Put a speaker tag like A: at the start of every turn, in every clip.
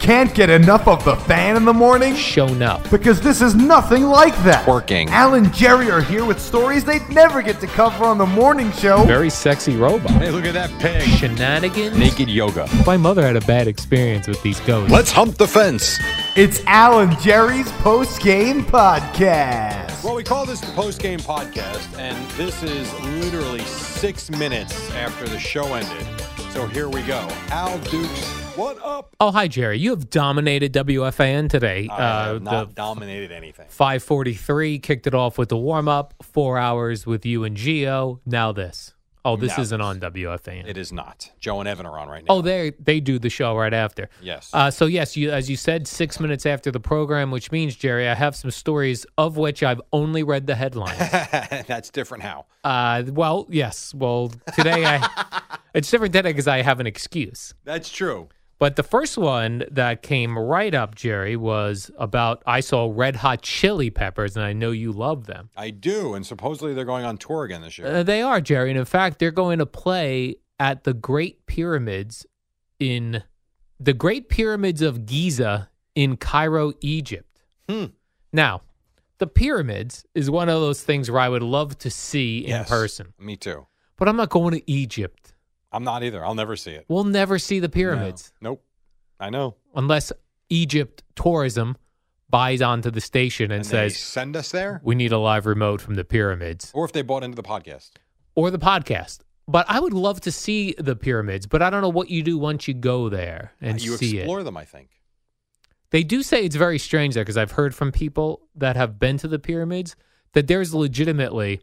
A: Can't get enough of the fan in the morning?
B: shown up.
A: Because this is nothing like that.
C: Working.
A: Al and Jerry are here with stories they'd never get to cover on the morning show.
B: Very sexy robot.
C: Hey, look at that pig.
B: Shenanigans.
C: Naked yoga.
B: My mother had a bad experience with these ghosts.
C: Let's hump the fence.
A: It's Al and Jerry's post game podcast.
C: Well, we call this the post game podcast, and this is literally six minutes after the show ended. So here we go. Al Dukes, what up?
B: Oh, hi, Jerry. You have dominated WFAN today.
C: I have not
B: Uh, the
C: dominated anything.
B: 543 kicked it off with the warm up, four hours with you and Geo. Now this. Oh, this
C: Now
B: isn't on WFAN.
C: It is not. Joe and Evan are on right now.
B: Oh, they they do the show right after.
C: Yes.
B: Uh, so yes, you as you said, six minutes after the program, which means Jerry, I have some stories of which I've only read the headlines.
C: That's different how.
B: Uh, well, yes. Well, today I it's different today because I have an excuse.
C: That's true.
B: But the first one that came right up, Jerry, was about I saw Red Hot Chili Peppers, and I know you love them.
C: I do, and supposedly they're going on tour again this year.
B: Uh, they are Jerry, and in fact, they're going to play at the Great Pyramids in the Great Pyramids of Giza in Cairo, Egypt.
C: Hmm.
B: Now, the pyramids is one of those things where I would love to see in
C: Yes.
B: person,
C: Me too.
B: but I'm not going to Egypt.
C: I'm not either. I'll never see it.
B: We'll never see the pyramids
C: No. Nope. I know.
B: unless Egypt tourism buys onto the station and,
C: And they
B: says
C: send us there,
B: we need a live remote from the pyramids
C: or if they bought into the podcast.
B: or the podcast. But I would love to see the pyramids, but I don't know what you do once you go there and
C: you
B: see
C: explore
B: it.
C: them, I think.
B: They do say it's very strange there because I've heard from people that have been to the pyramids that there's legitimately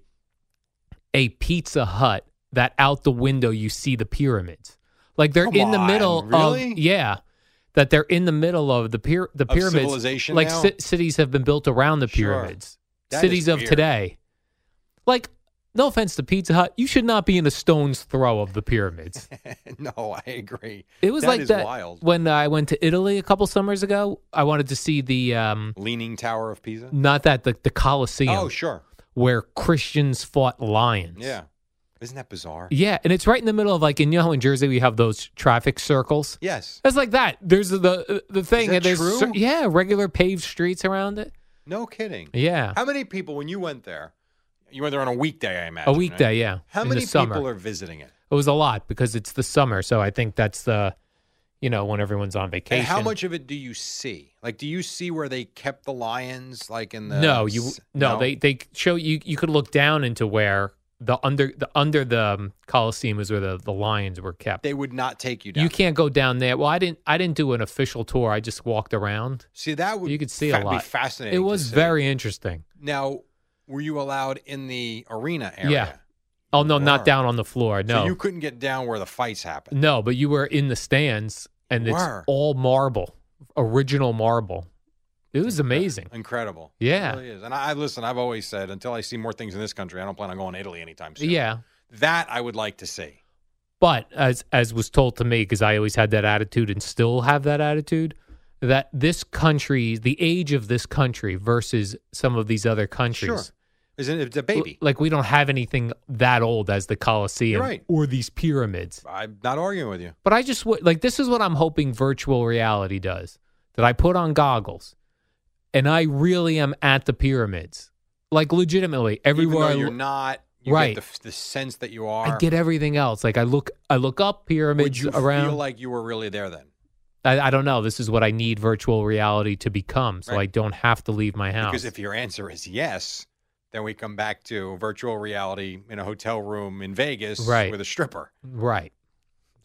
B: a Pizza Hut that out the window you see the pyramids. Like they're
C: Come
B: in the
C: on,
B: middle
C: really?
B: of yeah, that they're in the middle of the pyra- the
C: Of
B: pyramids.
C: civilization
B: like
C: now?
B: ci- cities have been built around the
C: Sure.
B: pyramids.
C: That is
B: cities of
C: weird.
B: today. Like no offense to Pizza Hut, you should not be in a stone's throw of the pyramids.
C: no, I agree.
B: It was like
C: is
B: that
C: wild.
B: when I went to Italy a couple summers ago. I wanted to see the um,
C: Leaning Tower of Pisa.
B: not that the the Colosseum
C: Oh, sure.
B: where Christians fought lions.
C: Yeah. Isn't that bizarre?
B: yeah, and it's right in the middle of like in you know how in Jersey we have those traffic circles.
C: Yes.
B: That's like that. There's the the thing.
C: that
B: and there's
C: true?
B: cer- yeah, regular paved streets around it.
C: No kidding.
B: Yeah,
C: How many people, when you went there, you went there on a weekday, I imagine.
B: a
C: right?
B: weekday. Yeah,
C: How
B: in
C: many
B: the summer.
C: people are visiting it?
B: it was a lot because it's the summer, so I think that's the you know when everyone's on vacation.
C: And how much of it do you see? Like, do you see where they kept the lions, like in the?
B: No, you
C: s-
B: no, They they show you. You could look down into where the under the under the um, Coliseum is where the, the lions were kept.
C: they would not take you down.
B: you can't go down there. Well, I didn't. I didn't do an official tour. I just walked around.
C: see that would
B: You could see a
C: fa-
B: lot.
C: Be fascinating.
B: It
C: to
B: was
C: see.
B: very interesting.
C: Now, were you allowed in the arena
B: Yeah.
C: area?
B: Oh no,
C: Wow.
B: not down on the floor. No,
C: So you couldn't get down where the fights happened.
B: no, but you were in the stands, and it's
C: Were.
B: all marble, original marble. It was amazing.
C: Incredible.
B: Yeah.
C: It really is. And I I- listen, I've always said until I see more things in this country, I don't plan on going to Italy anytime soon.
B: Yeah,
C: That I would like to see.
B: But as as was told to me, because I always had that attitude and still have that attitude, that this country, the age of this country versus some of these other countries,
C: Sure. Isn't it it's a baby?
B: l- like we don't have anything that old as the Colosseum
C: You're right.
B: or these pyramids.
C: I'm not arguing with you.
B: But I just would like this is what I'm hoping virtual reality does. That I put on goggles, and I really am at the pyramids, like legitimately
C: Even
B: everywhere.
C: though
B: I
C: you're
B: lo-
C: not you
B: Right.
C: get the, f- the sense that you are.
B: I get everything else. Like I look, I look up
C: would
B: pyramids
C: you
B: around.
C: feel like you were really there then?
B: I, I don't know. This is what I need virtual reality to become, so
C: Right.
B: I don't have to leave my house.
C: Because if your answer is yes, then we come back to virtual reality in a hotel room in Vegas
B: Right.
C: with a stripper.
B: right,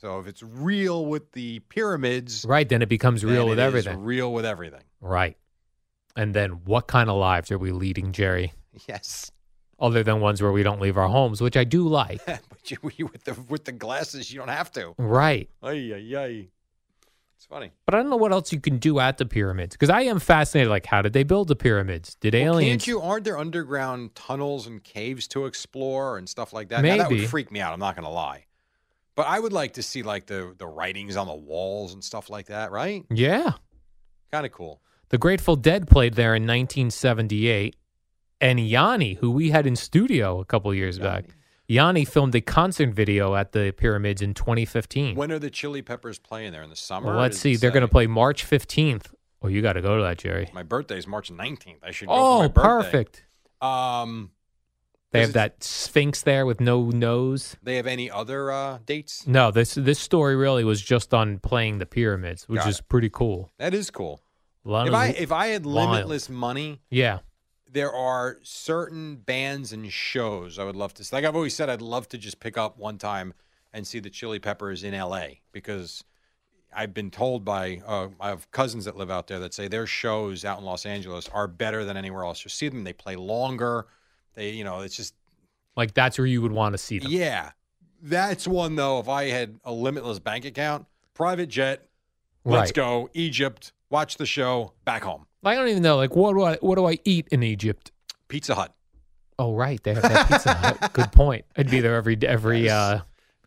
C: So if it's real with the pyramids,
B: right, then it becomes real
C: then
B: with
C: it is
B: everything.
C: real with everything.
B: right, and then what kind of lives are we leading, Jerry?
C: Yes.
B: Other than ones where we don't leave our homes, which I do like.
C: but you, you- with the with the glasses, you don't have to.
B: right.
C: Ay, ay, ay. It's funny.
B: But I don't know what else you can do at the pyramids because I am fascinated. Like, how did they build the pyramids? Did
C: Well,
B: aliens?
C: Can't you? Aren't there underground tunnels and caves to explore and stuff like that? Now, that
B: Maybe.
C: would freak me out. I'm not going to lie. But I would like to see like the the writings on the walls and stuff like that. Right?
B: Yeah,
C: Kind of cool.
B: the Grateful Dead played there in 1978, and Yanni, who we had in studio a couple years back, Yanni filmed a concert video at the pyramids in 2015.
C: When are the Chili Peppers playing there in the summer?
B: Well,
C: Or
B: let's
C: does
B: see,
C: it
B: they're going to
C: say?
B: play March 15th. Oh, you got to go to that, Jerry.
C: My birthday's March 19th. I should. Go for my
B: Oh,
C: birthday.
B: perfect.
C: Um,
B: They
C: Does
B: have
C: it-
B: that sphinx there with no nose.
C: they have any other uh, dates?
B: No, this this story really was just on playing the pyramids, which
C: Got
B: is pretty cool.
C: That is cool.
B: A lot
C: If
B: of-
C: I if I had
B: Wild.
C: limitless money,
B: yeah,
C: there are certain bands and shows I would love to see. Like I've always said, I'd love to just pick up one time and see the Chili Peppers in L.A. because I've been told by uh, I have cousins that live out there that say their shows out in Los Angeles are better than anywhere else. You see them, they play longer. They, you know, it's just
B: like that's where you would want to see them.
C: yeah. That's one though. If I had a limitless bank account, private jet, let's
B: Right.
C: go Egypt, watch the show, back home.
B: Like, I don't even know. Like, what do I what do I eat in Egypt?
C: Pizza Hut.
B: Oh, right, they have that pizza. Hut. Good point. I'd be there every every. uh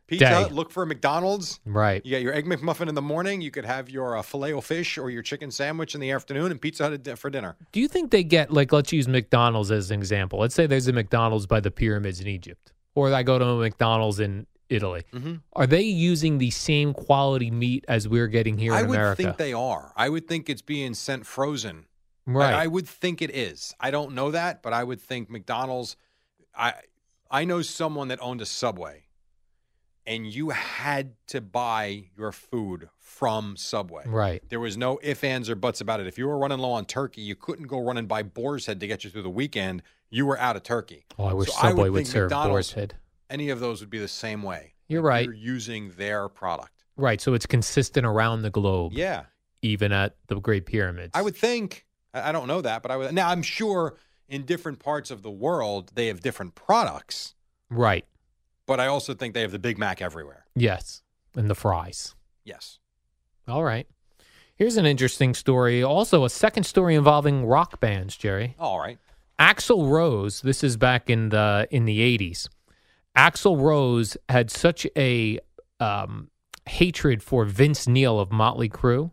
C: Pizza
B: Day.
C: Hut, look for a McDonald's.
B: Right.
C: You got your egg McMuffin in the morning. You could have your uh, filet o fish or your chicken sandwich in the afternoon, and Pizza Hut at di- for dinner.
B: Do you think they get like? Let's use McDonald's as an example. Let's say there's a McDonald's by the pyramids in Egypt, or I go to a McDonald's in Italy.
C: Mm-hmm.
B: Are they using the same quality meat as we're getting here
C: I
B: in
C: would
B: America?
C: think they are. I would think it's being sent frozen. I-
B: right.
C: I, would think it is. I don't know that, but I would think McDonald's. I I know someone that owned a Subway, and you had to buy your food from Subway.
B: right.
C: There was no ifs, ands, or buts about it. If you were running low on turkey, you couldn't go running by Boar's Head to get you through the weekend. You were out of turkey.
B: Oh, I wish
C: So I would
B: Subway would
C: think
B: serve
C: McDonald's-
B: Boar's Head.
C: Any of those would be the same way.
B: You're right.
C: You're using their product.
B: Right. So it's consistent around the globe,
C: Yeah.
B: even at the Great Pyramids.
C: I would think, I I don't know that, but I would. Now, I'm sure in different parts of the world, they have different products,
B: Right.
C: but I also think they have the Big Mac everywhere.
B: Yes. And the fries.
C: Yes.
B: All right. Here's an interesting story. Also, a second story involving rock bands, Jerry.
C: All right.
B: Axl Rose, this is back in the in the 80s. Axl Rose had such a um, hatred for Vince Neil of Motley Crue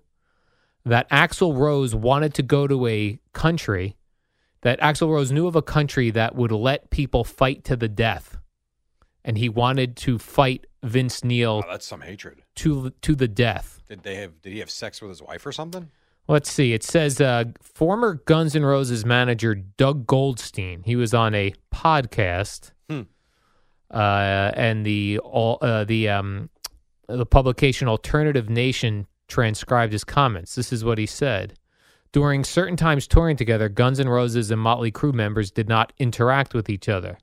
B: that Axl Rose wanted to go to a country that Axl Rose knew of a country that would let people fight to the death. And he wanted to fight Vince Neil
C: Wow, that's some hatred.
B: to to the death.
C: Did they have? Did he have sex with his wife or something?
B: Let's see. It says uh, former Guns N' Roses manager Doug Goldstein. He was on a podcast,
C: Hmm.
B: uh, and the all uh, the um, the publication Alternative Nation transcribed his comments. This is what he said. During certain times touring together, Guns N' Roses and Motley Crue members did not interact with each other.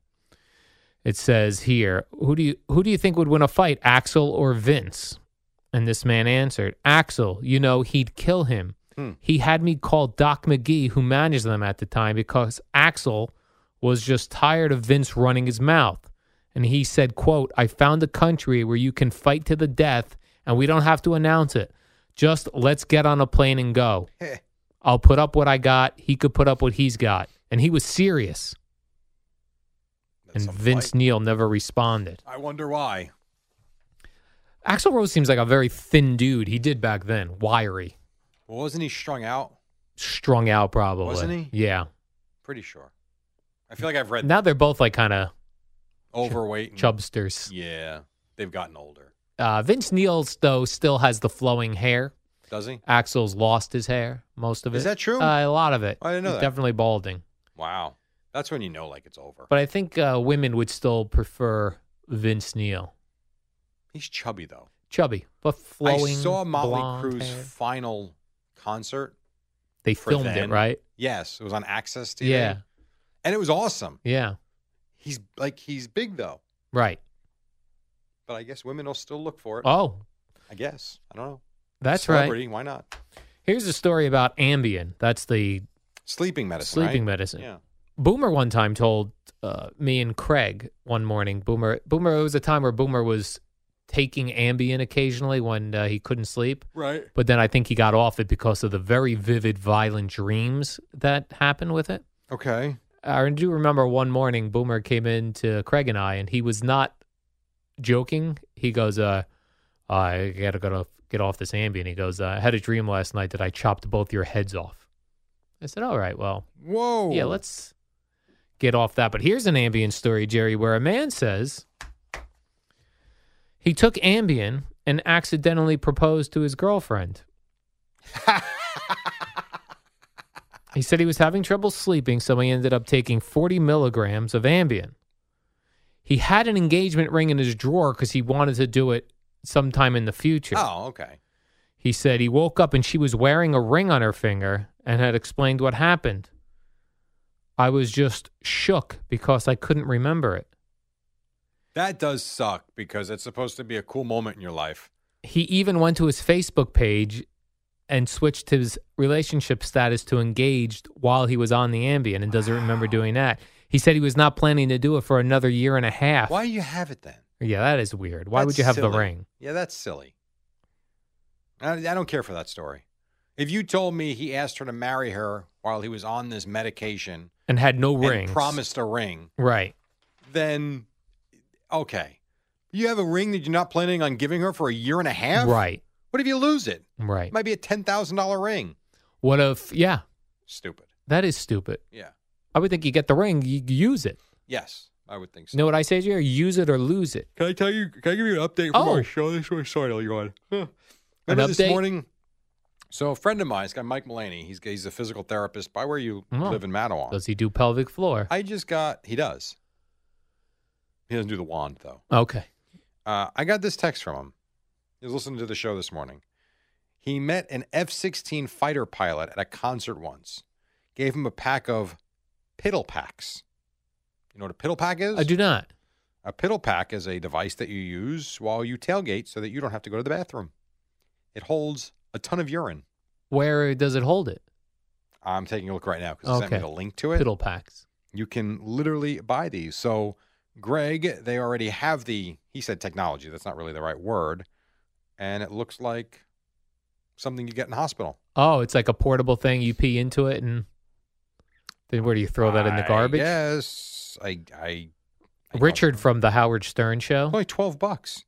B: It says here, who do you who do you think would win a fight, Axel or Vince? And this man answered, Axel, you know, he'd kill him. He had me call Doc McGee, who managed them at the time, because Axel was just tired of Vince running his mouth. And he said, quote, I found a country where you can fight to the death and we don't have to announce it. Just let's get on a plane and go.
C: Heh.
B: I'll put up what I got. He could put up what he's got. And he was serious.
C: That's
B: And
C: some
B: Vince
C: fight.
B: Neil never responded.
C: I wonder why.
B: Axel Rose seems like a very thin dude. He did back then, wiry,
C: Well, wasn't he strung out?
B: strung out, probably.
C: Wasn't he?
B: Yeah.
C: Pretty sure. I feel like I've read
B: Now they're both like kind of
C: overweight. and-
B: chubsters.
C: Yeah, they've gotten older.
B: Uh, Vince Neil's though still has the flowing hair.
C: Does he?
B: Axel's lost his hair, most of it.
C: Is that true?
B: Uh, a lot of it.
C: I didn't know
B: He's
C: that.
B: Definitely balding.
C: Wow. That's when you know like it's over.
B: But I think uh, women would still prefer Vince Neil,
C: He's chubby though.
B: chubby but flowing.
C: I saw Motley
B: blonde
C: Crue's
B: hair.
C: final concert.
B: They
C: for
B: filmed it,
C: then.
B: right?
C: Yes, it was on Access TV.
B: Yeah,
C: And it was awesome.
B: yeah,
C: He's like he's big though.
B: right.
C: But I guess women will still look for it.
B: Oh,
C: I guess. I don't know.
B: that's right.
C: Celebrity, Why not?
B: Here's a story about Ambien. That's the
C: Sleeping medicine.
B: sleeping
C: right?
B: medicine.
C: Yeah.
B: Boomer one time told uh, me and Craig one morning. Boomer, Boomer. It was a time where Boomer was taking Ambien occasionally when uh, he couldn't sleep.
C: Right.
B: But then I think he got off it because of the very vivid, violent dreams that happened with it.
C: Okay.
B: I do remember one morning Boomer came in to Craig and I, and he was not joking. He goes, uh, "I gotta gotta get off this Ambien." He goes, uh, "I had a dream last night that I chopped both your heads off." I said, "All right, well,
C: Whoa.
B: yeah, let's get off that. But here's an Ambien story, Jerry, where a man says he took Ambien and accidentally proposed to his girlfriend. he said he was having trouble sleeping, so he ended up taking 40 milligrams of Ambien. He had an engagement ring in his drawer because he wanted to do it sometime in the future.
C: Oh, okay.
B: He said he woke up and she was wearing a ring on her finger and had explained what happened. I was just shook because I couldn't remember it.
C: That does suck because it's supposed to be a cool moment in your life.
B: He even went to his Facebook page and switched his relationship status to engaged while he was on the Ambien and doesn't remember doing that. He said he was not planning to do it for another year and a half.
C: Why do you have it then?
B: Yeah, that is weird. Why would
C: That's
B: you have the
C: silly.
B: ring?
C: Yeah, that's silly. I, I don't care for that story. If you told me he asked her to marry her while he was on this medication
B: And had no
C: and
B: ring.
C: promised a ring,
B: Right.
C: then okay. You have a ring that you're not planning on giving her for a year and a half?
B: Right.
C: What if you lose it?
B: Right.
C: It might be a $10,000 ring.
B: What if, yeah,
C: Stupid.
B: that is stupid.
C: Yeah.
B: I would think you get the ring, you use it.
C: Yes, I would think so.
B: You know what I say, Jerry? Use it or lose it.
C: Can I tell you? Can I give you an update
B: from our Oh.
C: show? This was sorry, you're on. Remember
B: An
C: this
B: update?
C: morning? So a friend of mine, this guy Mike Mullaney, he's he's a physical therapist by where you
B: Oh.
C: live in Mattawan.
B: Does he do pelvic floor?
C: I just got he does. He doesn't do the wand though.
B: okay.
C: Uh, I got this text from him. He was listening to the show this morning. He met an F 16 fighter pilot at a concert once, gave him a pack of piddle packs. You know what a piddle pack is?
B: I do not.
C: A piddle pack is a device that you use while you tailgate so that you don't have to go to the bathroom. It holds a ton of urine.
B: Where does it hold it?
C: I'm taking a look right now because he sent me
B: Okay.
C: a link to it.
B: Piddle packs.
C: You can literally buy these. So, Greg, they already have the, he said technology, that's not really the right word. And it looks like something you get in hospital.
B: Oh, it's like a portable thing. You pee into it, and then where do you throw that in the garbage?
C: Yes. I, I, I don't
B: Richard
C: know.
B: from the Howard Stern
C: It's
B: Show,
C: only 12 bucks.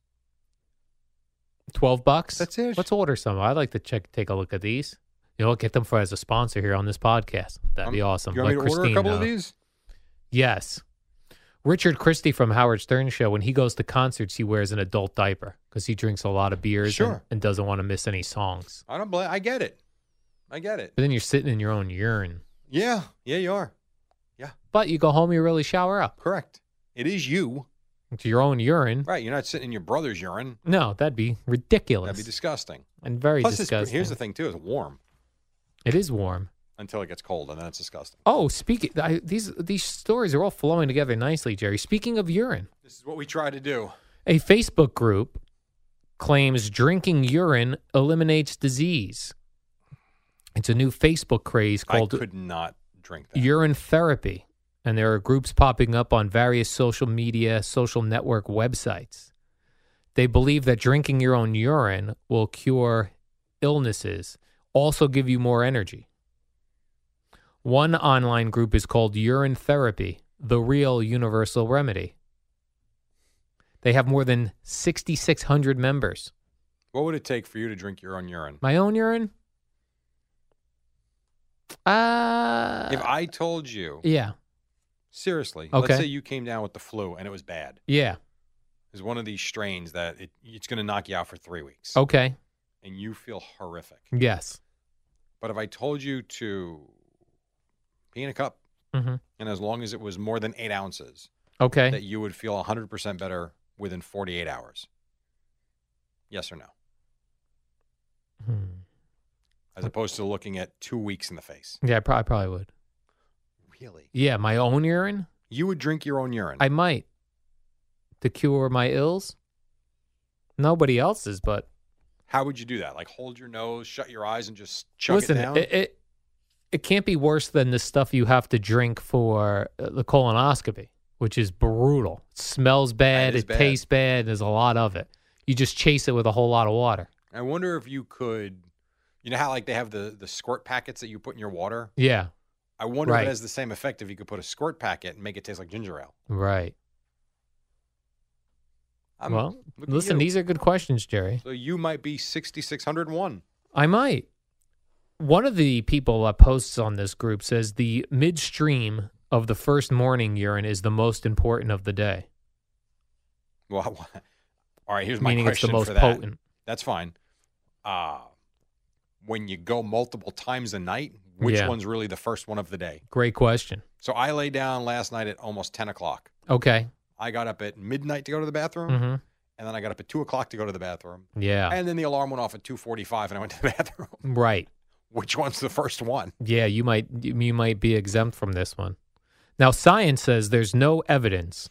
B: twelve bucks.
C: That's it.
B: Let's order some. I'd like to check, take a look at these. You know, get them for as a sponsor here on this podcast. That'd
C: I'm-
B: be awesome.
C: Um, You want
B: Like
C: me to order a
B: Christine,
C: couple of
B: though.
C: these?
B: Yes. Richard Christie from Howard Stern Show, when he goes to concerts, he wears an adult diaper because he drinks a lot of beers and-
C: Sure.
B: and doesn't want to miss any songs.
C: I don't blame, I get it. I get it.
B: But then you're sitting in your own urine.
C: Yeah. Yeah, you are.
B: But you go home, you really shower up.
C: Correct. It is you.
B: It's your own urine.
C: Right. You're not sitting in your brother's urine.
B: No, that'd be ridiculous
C: That'd be disgusting.
B: and very
C: Plus,
B: disgusting.
C: It's, here's the thing, too. It's warm
B: It is warm.
C: until it gets cold, and then it's disgusting.
B: Oh, speaking I, these these stories are all flowing together nicely, Jerry. Speaking of urine,
C: This is what we try to do.
B: a Facebook group claims drinking urine eliminates disease. It's a new Facebook craze called
C: I could not drink that.
B: urine therapy, and there are groups popping up on various social media, social network websites. They believe that drinking your own urine will cure illnesses, also give you more energy. One online group is called Urine Therapy, the real universal remedy. They have more than 6,600 members.
C: what would it take for you to drink your own urine?
B: My own urine? Uh,
C: if I told you,
B: yeah,
C: seriously,
B: Okay.
C: let's say you came down with the flu and it was bad.
B: yeah,
C: It's one of these strains that it, it's going to knock you out for three weeks,
B: okay,
C: and you feel horrific.
B: yes.
C: But if I told you to pee in a cup,
B: hmm
C: and as long as it was more than eight ounces,
B: Okay.
C: Mm-hmm. that you would feel 100% better within 48 hours? Yes or no?
B: Hmm.
C: As opposed to looking at two weeks in the face.
B: Yeah, I probably, probably would.
C: Really?
B: Yeah, my own urine,
C: You would drink your own urine.
B: I might to cure my ills. Nobody else's, but
C: How would you do that? Like hold your nose, shut your eyes, and just chug
B: listen,
C: it down?
B: It, it it can't be worse than the stuff you have to drink for uh, the colonoscopy, which is brutal. It smells bad,
C: is
B: it
C: bad.
B: tastes bad, and there's a lot of it. You just chase it with a whole lot of water.
C: I wonder if you could, you know how like they have the the squirt packets that you put in your water.
B: Yeah.
C: I wonder if
B: Right.
C: it has the same effect if you could put a squirt packet and make it taste like ginger ale.
B: Right.
C: I'm-
B: well,
C: look at
B: listen,
C: you.
B: these are good questions, Jerry.
C: So you might be sixty six hundred one.
B: I might. One of the people that posts on this group says the midstream of the first morning urine is the most important of the day,
C: Well, all right. Here's my
B: meaning it's
C: question
B: the most
C: for that.
B: potent.
C: That's fine. Uh when you go multiple times a night, which
B: Yeah.
C: one's really the first one of the day?
B: Great question.
C: So I lay down last night at almost ten o'clock.
B: Okay.
C: I got up at midnight to go to the bathroom,
B: hmm
C: and then I got up at two o'clock to go to the bathroom,
B: Yeah.
C: and then the alarm went off at two forty-five, and I went to the bathroom.
B: right.
C: Which one's the first one?
B: Yeah, you might you might be exempt from this one. Now, science says there's no evidence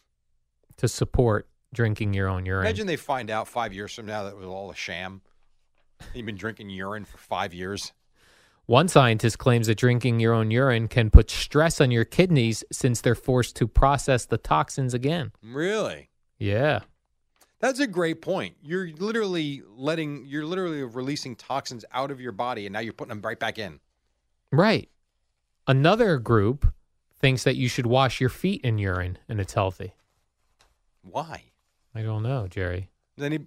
B: to support drinking your own urine.
C: Imagine they find out five years from now that was all a sham. You've been drinking urine for five years.
B: One scientist claims that drinking your own urine can put stress on your kidneys since they're forced to process the toxins again.
C: Really?
B: Yeah.
C: That's a great point. You're literally letting, you're literally releasing toxins out of your body, and now you're putting them right back in.
B: Right. Another group thinks that you should wash your feet in urine and it's healthy.
C: Why?
B: I don't know, Jerry.
C: Any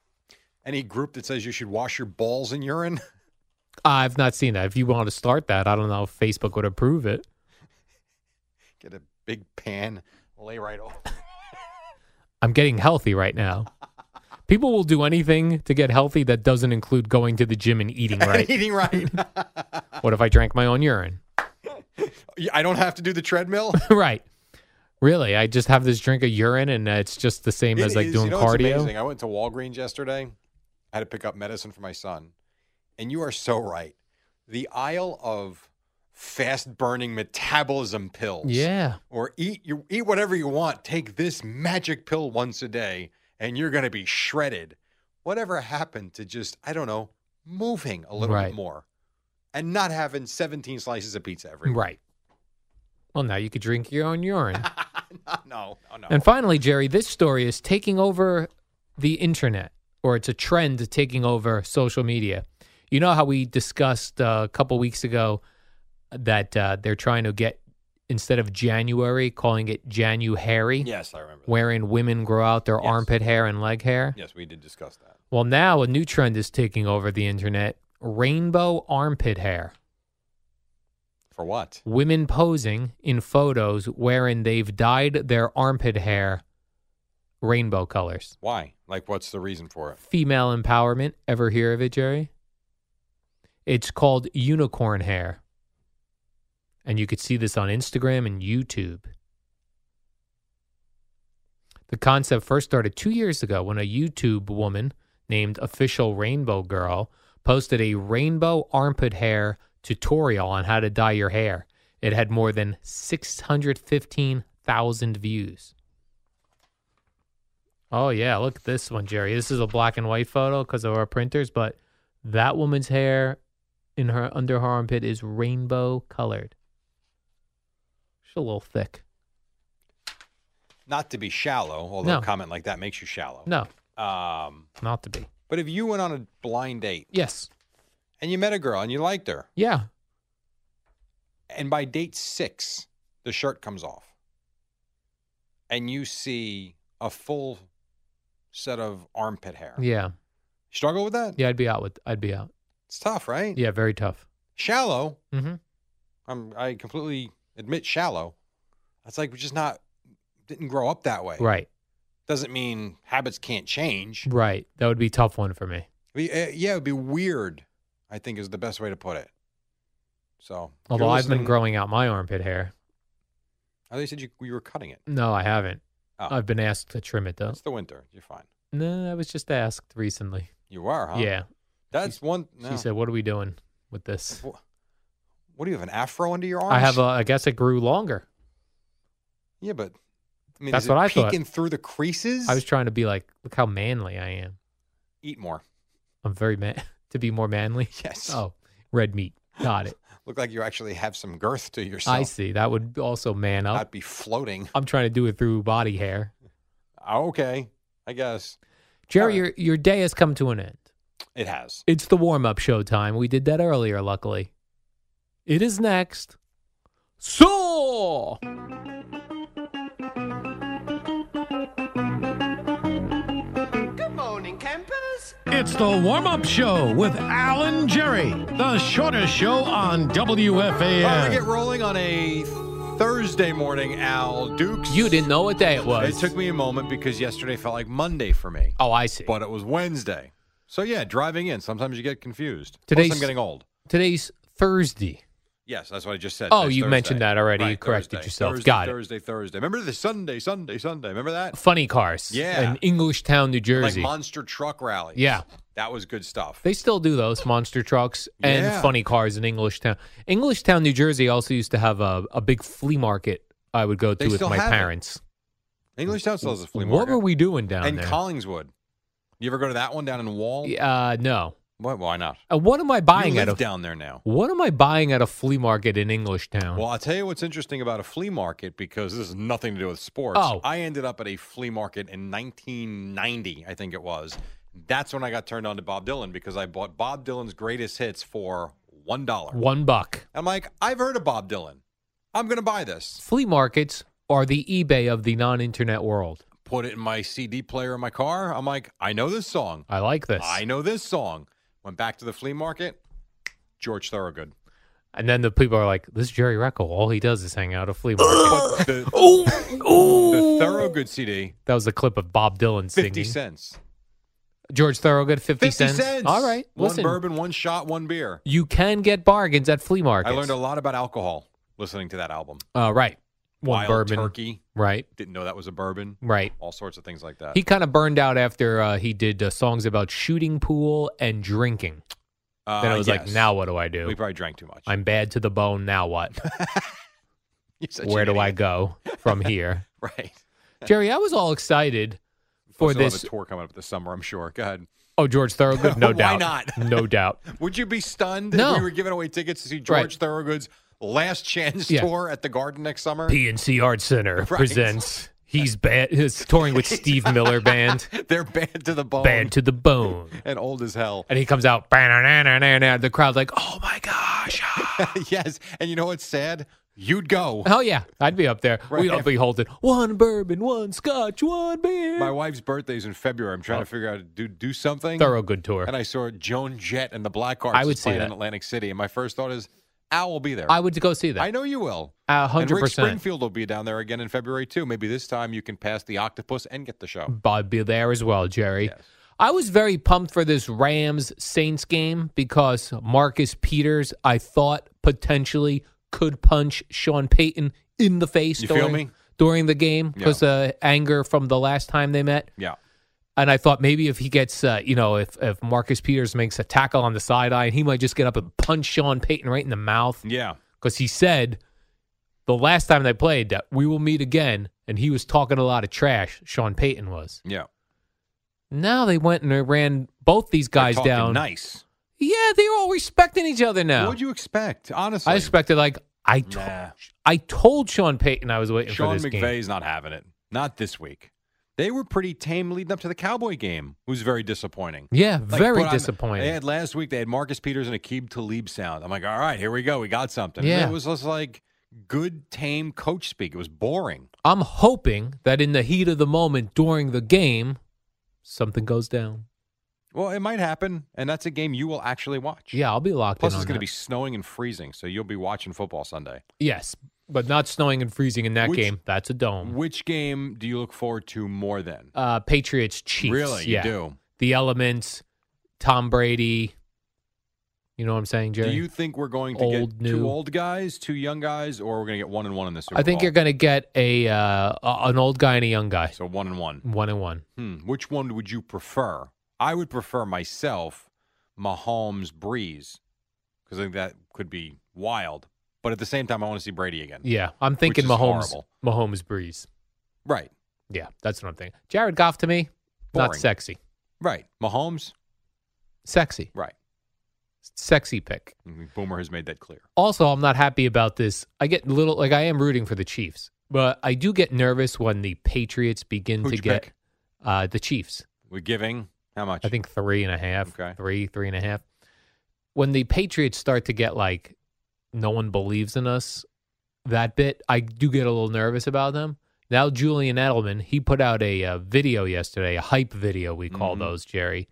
C: any group that says you should wash your balls in urine?
B: I've not seen that. If you want to start that, I don't know if Facebook would approve it.
C: Get a big pan, lay right over.
B: I'm getting healthy right now. People will do anything to get healthy that doesn't include going to the gym and eating right.
C: Eating right.
B: what if I drank my own urine?
C: I don't have to do the treadmill.
B: right. Really, I just have this drink of urine and uh, it's just the same
C: It
B: as like
C: is-
B: doing
C: you know what's
B: cardio.
C: amazing? I went to Walgreens yesterday. I had to pick up medicine for my son. And you are so right. The aisle of fast burning metabolism pills.
B: Yeah.
C: Or eat you eat whatever you want. Take this magic pill once a day and you're gonna be shredded. Whatever happened to just, I don't know, moving a little
B: Right.
C: bit more and not having 17 slices of pizza every week.
B: Right. Well, now you could drink your own urine.
C: no, no, no.
B: and finally, Jerry, this story is taking over the internet, or it's a trend taking over social media. You know how we discussed uh, a couple weeks ago that uh, they're trying to get, instead of January, calling it January,
C: yes, I remember that.
B: wherein women grow out their
C: Yes.
B: armpit hair and leg hair?
C: Yes, we did discuss that.
B: Well, now a new trend is taking over the internet rainbow armpit hair.
C: For what?
B: women posing in photos wherein they've dyed their armpit hair rainbow colors.
C: Why? Like, what's the reason for it?
B: Female empowerment. Ever hear of it, Jerry? It's called unicorn hair. And you could see this on Instagram and YouTube. The concept first started two years ago when a YouTube woman named Official Rainbow Girl posted a rainbow armpit hair tutorial on how to dye your hair. It had more than 615,000 views. Oh, yeah. Look at this one, Jerry. This is a black and white photo because of our printers, but that woman's hair in her under her armpit is rainbow colored. She's a little thick.
C: Not to be shallow, although
B: No.
C: a comment like that makes you shallow.
B: No,
C: Um,
B: not to be.
C: but if you went on a blind date
B: Yes.
C: and you met a girl and you liked her,
B: Yeah.
C: and by date six, the shirt comes off, and you see a full set of armpit hair,
B: Yeah.
C: struggle with that?
B: Yeah. I'd be out with. I'd be out.
C: It's tough, right?
B: Yeah. Very tough.
C: Shallow.
B: Mm-hmm.
C: I'm, I completely admit shallow. That's like we're just not didn't grow up that way.
B: Right.
C: Doesn't mean habits can't change.
B: Right. That would be a tough one for me.
C: Be- uh, yeah, it'd be weird. I think is the best way to put it. So, if you're
B: Although I've been
C: listening-
B: growing out my armpit hair.
C: I thought you said you, you were cutting it.
B: No, I haven't.
C: Oh.
B: I've been asked to trim it though.
C: It's the winter. You're fine.
B: No, I was just asked recently.
C: You are, huh?
B: Yeah.
C: That's one. Oh. no.
B: She said, "What are we doing with this?"
C: Wh- "What do you have an afro under your arms?"
B: I have. A, I guess it grew longer.
C: Yeah, but I mean,
B: That's
C: is
B: what
C: it
B: I thought.
C: peeking through the creases.
B: I was trying to be like, look how manly I am.
C: eat more.
B: I'm very man to be more manly.
C: Yes.
B: Oh, red meat. Got it.
C: Look like you actually have some girth to yourself.
B: I see. Oh. That would also man up.
C: Not be floating.
B: I'm trying to do it through body hair.
C: Okay, I guess.
B: Jerry, your, your day has come to an end.
C: It has.
B: It's the warm up show time. We did that earlier, luckily. It is next. So,
D: It's the warm up show with Alan Jerry, the shortest show on
C: Time to get
D: WFAN.
C: rolling on a Thursday morning, Al Dukes.
B: you didn't know what day it
C: It
B: was.
C: took me a moment because yesterday felt like Monday for me,
B: oh, I see.
C: but it was Wednesday. So yeah, driving in, sometimes you get confused.
B: Today's-
C: Plus, I'm getting old.
B: Today's Thursday.
C: Yes, that's what I just said.
B: Oh,
C: Today's
B: you mentioned that already.
C: Right,
B: You corrected
C: Thursday.
B: yourself.
C: Thursday,
B: Got it.
C: Thursday, Thursday. Remember the Sunday, Sunday, Sunday. Remember that?
B: Funny cars.
C: Yeah.
B: In Englishtown, New Jersey.
C: Like monster truck rallies.
B: Yeah.
C: That was good stuff.
B: They still do those monster trucks and
C: Yeah.
B: funny cars in Englishtown. Englishtown, New Jersey also used to have a, a big flea market I would go to
C: They
B: with
C: still
B: my
C: have it.
B: parents.
C: English Town still has a flea
B: What
C: market.
B: were we doing down
C: And
B: there?
C: Collingswood. You ever go to that one down in Wall?
B: uh, no.
C: Why, why not?
B: Uh, what am I buying
C: you
B: at
C: live
B: a
C: down there now.
B: What am I buying at a flea market in Englishtown?
C: Well, I'll tell you what's interesting about a flea market because this is nothing to do with sports.
B: Oh.
C: I ended up at a flea market in 1990, I think it was. That's when I got turned on to Bob Dylan because I bought Bob Dylan's greatest hits for one dollar.
B: One buck.
C: I'm like, I've heard of Bob Dylan. I'm gonna buy this.
B: Flea markets are the eBay of the non-internet world.
C: Put it in my CD player in my car. I'm like, I know this song.
B: I like this.
C: I know this song. Went back to the flea market. George Thorogood.
B: and then the people are like, "This Jerry Recco, all he does is hang out at flea market."
C: But the, the Thorogood CD,
B: that was a clip of Bob Dylan singing.
C: 50 cents.
B: George Thorogood, fifty,
C: 50 cents.
B: All right,
C: One
B: listen,
C: bourbon, one shot, one beer.
B: you can get bargains at flea markets.
C: I learned a lot about alcohol listening to that album.
B: Uh, right, one
C: Wild
B: bourbon.
C: Turkey.
B: Right,
C: Didn't know that was a bourbon.
B: right.
C: All sorts of things like that.
B: He kind of burned out after uh, he did uh, songs about shooting pool and drinking.
C: uh,
B: Then I was like,
C: yes.
B: "Now what do I do?
C: We probably drank too much.
B: I'm bad to the bone. Now what?
C: You're such
B: Where
C: an
B: do I
C: idiot.
B: go from here?"
C: Right.
B: Jerry, I was all excited for
C: Still have
B: this.
C: a tour coming up this summer, I'm sure. Go ahead.
B: Oh, George Thorogood, no
C: Why
B: doubt.
C: not?
B: no doubt.
C: Would you be stunned
B: No.
C: if we were giving away tickets to see George
B: Right.
C: Thorogood's Last Chance
B: Yeah.
C: tour at the Garden next summer?
B: PNC Art Center presents. He's bad. He's touring with Steve Miller Band,
C: They're banned to the bone
B: Bad to the Bone,
C: and old as hell.
B: and he comes out. "Ba-na-na-na-na-na," The crowd's like, "Oh my gosh!"
C: yes. And you know what's sad? You'd go.
B: Oh yeah, I'd be up there. We'd
C: Right.
B: all be holding one bourbon, one scotch, one beer.
C: My wife's birthday's in February. I'm
B: Oh.
C: trying to figure out to do, do something.
B: Thorogood tour.
C: and I saw Joan Jett and the Black Arts
B: I would
C: is
B: see
C: playing
B: that.
C: in Atlantic City. And my first thought is, Al will be there.
B: I would go see
C: I
B: that.
C: know you will.
B: A
C: And
B: hundred
C: Rick
B: percent.
C: Springfield will be down there again in February too. Maybe this time you can pass the octopus and get the show.
B: I'd be there as well, Jerry. I was very pumped for this Rams Saints game because Marcus Peters, I thought potentially could punch Sean Payton in the face
C: You feel
B: during,
C: me?
B: during the game because uh, anger from the last time they met.
C: Yeah.
B: And I thought maybe if he gets, uh, you know, if, if Marcus Peters makes a tackle on the sideline, he might just get up and punch Sean Payton right in the mouth
C: Yeah.
B: because he said the last time they played that we will meet again. And he was talking a lot of trash, Sean Payton was.
C: Yeah.
B: Now they went and they ran both these guys
C: Talking
B: down.
C: Nice.
B: Yeah, they're all respecting each other now.
C: What would you expect? Honestly.
B: I expected like I told
C: Nah.
B: I told Sean Payton I was waiting
C: Sean
B: for this game.
C: McVay's not having it. Not this week. They were pretty tame leading up to the Cowboy game. It was very disappointing.
B: Yeah,
C: Like,
B: very
C: but I'm- They
B: disappointing.
C: had last week. They had Marcus Peters and Akib Talib sound. I'm like, all right, here we go. We got something. And
B: Yeah.
C: it was just like good tame coach speak. It was boring.
B: I'm hoping that in the heat of the moment during the game, something goes down.
C: Well, it might happen, and that's a game you will actually watch.
B: Yeah, I'll be locked
C: Plus,
B: in.
C: it's
B: going to
C: be snowing and freezing, so you'll be watching football Sunday.
B: yes, but not snowing and freezing in that
C: Which-
B: game. That's a dome.
C: Which game do you look forward to more than?
B: Uh, Patriots Chiefs.
C: Really,
B: yeah.
C: you do.
B: The elements, Tom Brady. You know what I'm saying, Jerry?
C: Do you think we're going to
B: Old,
C: get two
B: new.
C: old guys, two young guys, or we're going to get one and one in this?
B: I think you're going to get a uh, a- an old guy and a young guy.
C: So one and one.
B: One and one.
C: Hmm. Which one would you prefer? I would prefer myself, Mahomes Breeze, because I think that could be wild. But at the same time, I want to see Brady again.
B: Yeah, I'm thinking
C: is
B: Mahomes.
C: horrible.
B: Mahomes Breeze.
C: Right.
B: Yeah, that's what I'm thinking. Jared Goff to me, not
C: Boring.
B: sexy.
C: Right. Mahomes.
B: Sexy,
C: Right.
B: sexy pick.
C: Boomer has made that clear.
B: Also, I'm not happy about this. I get little like I am rooting for the Chiefs, but I do get nervous when the Patriots begin
C: Who'd
B: to
C: you
B: get
C: pick?
B: uh, the Chiefs.
C: We're giving how much?
B: I think three and a half,
C: Okay.
B: three, three and a half. When the Patriots start to get like, no one believes in us, that bit, I do get a little nervous about them. Now, Julian Edelman, he put out a, uh video yesterday, a hype video, we call
C: Mhm.
B: those, Jerry.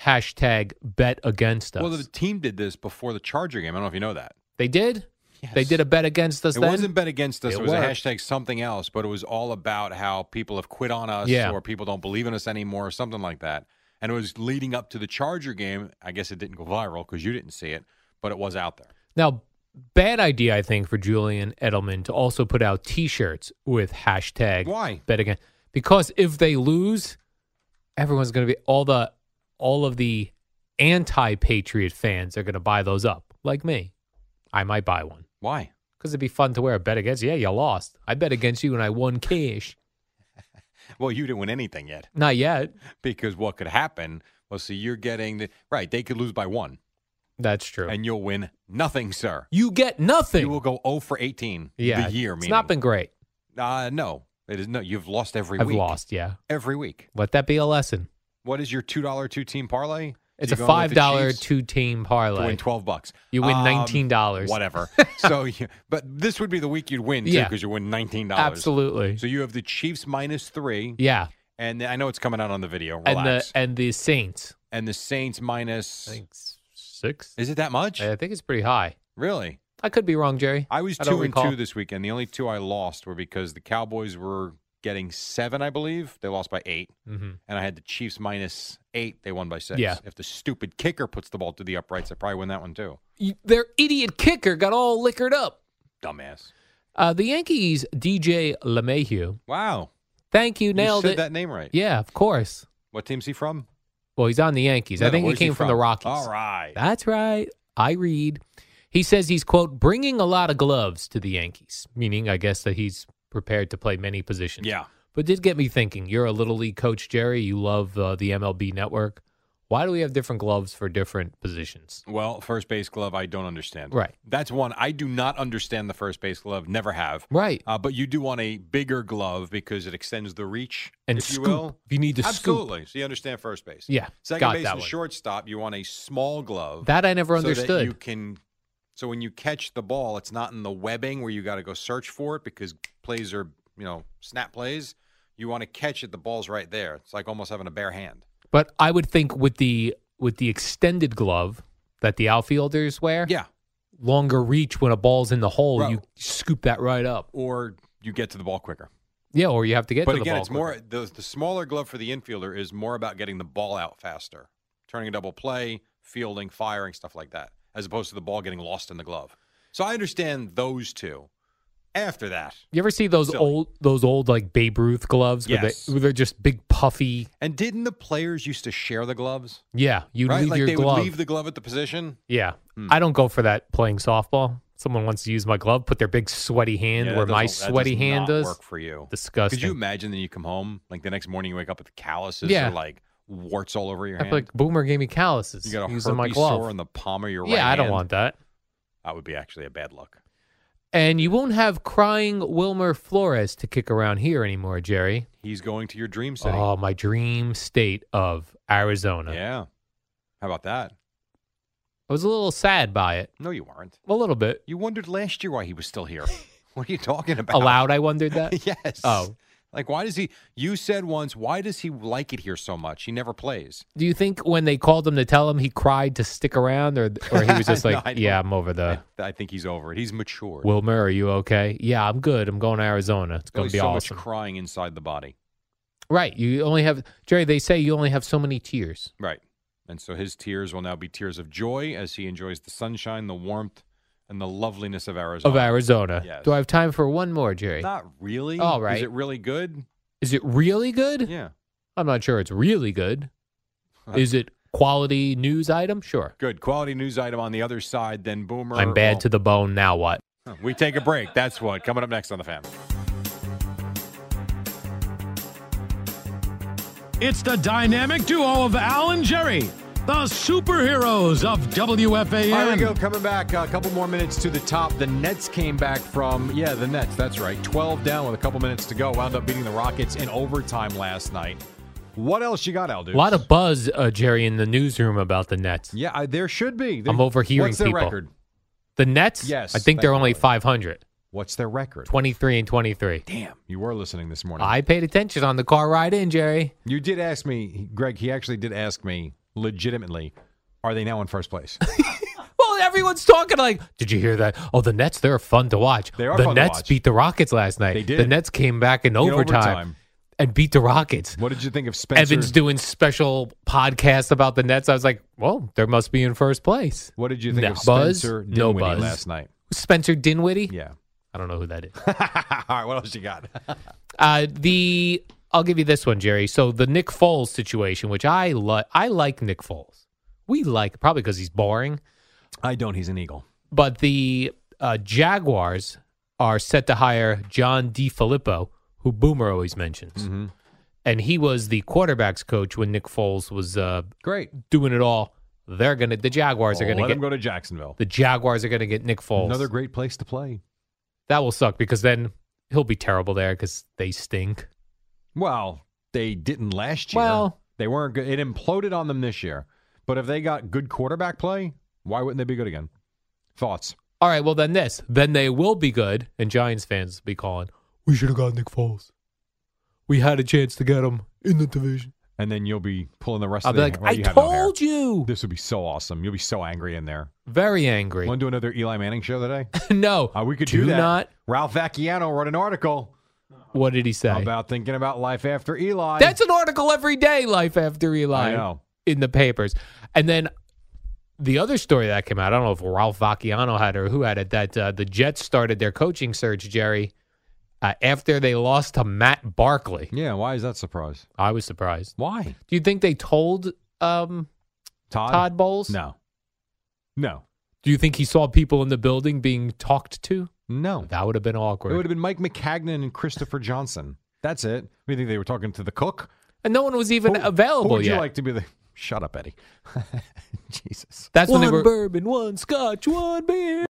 B: Hashtag bet against us.
C: Well, the team did this before the Charger game. I don't know if you know that.
B: they did? They did a bet against us
C: It
B: then?
C: wasn't bet against us.
B: It
C: It, was a
B: worked.
C: hashtag something else, but it was all about how people have quit on us
B: Yeah.
C: or people don't believe in us anymore or something like that. And it was leading up to the Charger game. I guess it didn't go viral because you didn't see it, but it was out there.
B: Now, bad idea, I think, for Julian Edelman to also put out T-shirts with hashtag
C: Why?
B: bet again. Because if they lose, everyone's going to be all the all of the anti-patriot fans are going to buy those up, like me. I might buy one
C: Why?
B: because it'd be fun to wear a bet against. Yeah, you lost. I bet against you and I won cash.
C: Well, you didn't win anything yet
B: Not yet.
C: because what could happen was see, you're getting the right. They could lose by one,
B: That's true.
C: and you'll win nothing, sir.
B: you get nothing.
C: You will go 0 for 18
B: yeah,
C: the year.
B: It's
C: meaning.
B: not been great.
C: Uh, no, it is no. You've lost every
B: I've
C: week.
B: lost. Yeah,
C: every week.
B: let that be a lesson.
C: What is your two dollar two team parlay?
B: It's
C: So
B: a
C: you're going
B: five
C: with the
B: dollar
C: Chiefs
B: two team
C: to
B: parlay.
C: win twelve bucks.
B: You win
C: Um,
B: $19.
C: Whatever. so, you, but this would be the week you'd win too
B: Yeah.
C: because you win nineteen dollars.
B: Absolutely.
C: So you have the Chiefs minus three,
B: Yeah.
C: and I know it's coming out on the video.
B: And the
C: Relax. And
B: and the Saints.
C: the, Saints minus.
B: I think s- six.
C: Is it that much?
B: I think it's pretty high.
C: really?
B: I could be wrong, Jerry.
C: I was
B: I don't
C: two and
B: recall.
C: two this weekend. The only two I lost were because the Cowboys were getting seven, I believe. They lost by eight,
B: Mhm.
C: and I had the Chiefs minus eight. They won by six.
B: Yeah.
C: If the stupid kicker puts the ball to the uprights, I probably win that one too.
B: You- Their idiot kicker got all liquored up.
C: Dumbass.
B: Uh, the Yankees DJ LeMahieu.
C: Wow.
B: Thank you,
C: You
B: nailed
C: said
B: it.
C: that name right.
B: Yeah, of course.
C: What team's he from?
B: Well, he's on the Yankees.
C: No,
B: I
C: no,
B: think he
C: where's
B: came from? the Rockies.
C: All right.
B: That's right. I read. He says he's quote bringing a lot of gloves to the Yankees, meaning I guess that he's prepared to play many positions.
C: Yeah.
B: But did get me thinking. You're a little league coach, Jerry. You love uh, the MLB Network. Why do we have different gloves for different positions?
C: Well, first base glove, I don't understand.
B: Right.
C: That's one. I do not understand the first base glove. Never have.
B: Right.
C: Uh, but you do want a bigger glove because it extends the reach,
B: and
C: if
B: scoop.
C: you will.
B: If you need to
C: Absolutely. So you understand first base.
B: Yeah,
C: Second
B: got
C: base
B: that
C: and
B: one.
C: shortstop, you want a small glove.
B: scoop. That I never
C: so that
B: understood.
C: you can. So when you catch the ball, it's not in the webbing where you got to go search for it because plays are you know snap plays. You want to catch it. The ball's right there. It's like almost having a bare hand.
B: But I would think with the with the extended glove that the outfielders wear,
C: Yeah.
B: longer reach when a ball's in the hole,
C: Right.
B: you scoop that right up.
C: Or you get to the ball quicker.
B: Yeah, or you have to get
C: but
B: to the
C: again,
B: ball.
C: it's more
B: quicker.
C: the, the smaller glove for the infielder is more about getting the ball out faster, turning a double play, fielding, firing, stuff like that, as opposed to the ball getting lost in the glove. So I understand those two. After that,
B: You ever see those
C: Silly.
B: old those old like Babe Ruth gloves where,
C: Yes.
B: they, where they're just big puffy?
C: and didn't the players used to share the gloves?
B: Yeah, you
C: right,
B: leave
C: like
B: your
C: they
B: glove.
C: would leave the glove at the position.
B: Yeah.
C: Hmm.
B: I don't go for that playing softball. Someone wants to use my glove, put their big sweaty hand
C: Yeah,
B: where
C: that
B: my
C: doesn't- that
B: sweaty
C: does
B: hand
C: not
B: does.
C: work for you.
B: Disgusting.
C: Could you imagine that you come home like the next morning you wake up with calluses
B: Yeah.
C: or like warts all over your
B: I
C: hand?
B: feel like Boomer gave me calluses
C: you got a
B: using my
C: herpes
B: glove.
C: sore in the palm of your right
B: yeah, I don't
C: hand.
B: want that.
C: That would be actually a bad look.
B: And you won't have crying Wilmer Flores to kick around here anymore, Jerry.
C: He's going to your dream city.
B: Oh, my dream state of Arizona.
C: Yeah. How about that?
B: I was a little sad by it.
C: No, you weren't.
B: A little bit.
C: You wondered last year why he was still here. what are you talking about?
B: Aloud, I wondered that.
C: yes.
B: Oh.
C: Like, why does he? You said once, why does he like it here so much? He never plays.
B: Do you think when they called him to tell him he cried to stick around or, or he was just
C: No,
B: like,
C: I don't-
B: yeah, I'm over the.
C: I, I think he's over it. He's matured.
B: Wilmer, are you okay? Yeah, I'm good. I'm going to Arizona. It's going
C: Only
B: to be
C: so
B: awesome.
C: much crying inside the body.
B: right. You only have, Jerry, they say you only have so many tears.
C: Right. And so his tears will now be tears of joy as he enjoys the sunshine, the warmth, and the loveliness of Arizona.
B: Of Arizona.
C: Yes.
B: Do I have time for one more, Jerry?
C: Not really.
B: All
C: Is
B: right.
C: it really good?
B: Is it really good?
C: Yeah.
B: I'm not sure it's really good. Is it quality news item? Sure.
C: Good. Quality news item on the other side, then Boomer.
B: I'm bad
C: will-
B: to the bone. Now what?
C: We take a break. That's what. Coming up next on the fan.
D: It's the dynamic duo of Al and Jerry, the superheroes of
C: All right,
D: WFAN.
C: we go. Coming back a couple more minutes to the top. The Nets came back from, yeah, the Nets. That's right. 12 down with a couple minutes to go. Wound up beating the Rockets in overtime last night. What else you got, Al?
B: A lot of buzz, uh, Jerry, in the newsroom about the Nets.
C: Yeah, I, there should be.
B: I'm overhearing
C: What's their
B: people.
C: record?
B: The Nets,
C: Yes,
B: I think they're only
C: thankfully.
B: 500,
C: What's their record?
B: 23 and 23.
C: Damn, you were listening this morning.
B: I paid attention on the car ride in, Jerry.
C: you did ask me, Greg. He actually did ask me, legitimately, are they now in first place?
B: Well, everyone's talking like, did you hear that? Oh, the Nets, they're fun to watch.
C: They are
B: the
C: fun to
B: Nets
C: watch.
B: beat the Rockets last night.
C: They
B: The
C: did.
B: Nets came back in
C: In
B: overtime,
C: overtime.
B: and beat the Rockets.
C: What did you think of Spencer?
B: Evans doing special podcast about the Nets. I was like, well, there must be in first place.
C: what did you think
B: No
C: of
B: buzz,
C: Spencer
B: no
C: Dinwiddie
B: buzz.
C: last night?
B: Spencer Dinwiddie.
C: Yeah.
B: I don't know who that is.
C: All right, what else you got?
B: Uh, the I'll give you this one, Jerry. So the Nick Foles situation, which I like, I like Nick Foles. We like probably because he's boring,
C: I don't. He's an eagle.
B: but the uh, Jaguars are set to hire John D. Filippo, who Boomer always mentions,
C: Mm-hmm.
B: and he was the quarterbacks coach when Nick Foles was uh,
C: Great.
B: doing it all. They're gonna the Jaguars are gonna
C: Oh, Let
B: get
C: him go to Jacksonville.
B: the Jaguars are gonna get Nick Foles.
C: Another great place to play.
B: that will suck because then he'll be terrible there because they stink.
C: Well, they didn't last year.
B: Well-
C: they weren't good. It imploded on them this year. But if they got good quarterback play, why wouldn't they be good again? Thoughts?
B: All right, well then this, then they will be good, and Giants fans will be calling. We should have got Nick Foles. We had a chance to get him in the division.
C: And then you'll be pulling the rest
B: I'll
C: of
B: be
C: the
B: like,
C: well,
B: I
C: you have no hair.
B: told you.
C: This would be so awesome. You'll be so angry in there.
B: Very angry.
C: Want to do another Eli Manning show today?
B: no,
C: Uh, we could
B: do,
C: do, that.
B: not.
C: Ralph Vacchiano wrote an article
B: What did he say?
C: about thinking about life after Eli.
B: That's an article every day. Life after Eli.
C: I know.
B: in the papers. And then the other story that came out, I don't know if Ralph Vacchiano had it or who had it, that uh, the Jets started their coaching search, Jerry, uh, after they lost to Matt Barkley.
C: Yeah, why is that surprise?
B: I was surprised.
C: Why?
B: Do you think they told um,
C: Todd?
B: Todd Bowles?
C: No. No.
B: Do you think he saw people in the building being talked to?
C: No.
B: That would have been
C: It would
B: awkward.
C: have been Mike McCagnon and Christopher Johnson. That's it. We think they were talking to the cook.
B: And no one was even
C: Who-
B: available
C: Who would
B: yet.
C: you like to be the? Shut up, Eddie. Jesus.
B: That's
D: one
B: when they were
D: bourbon, one scotch, one beer.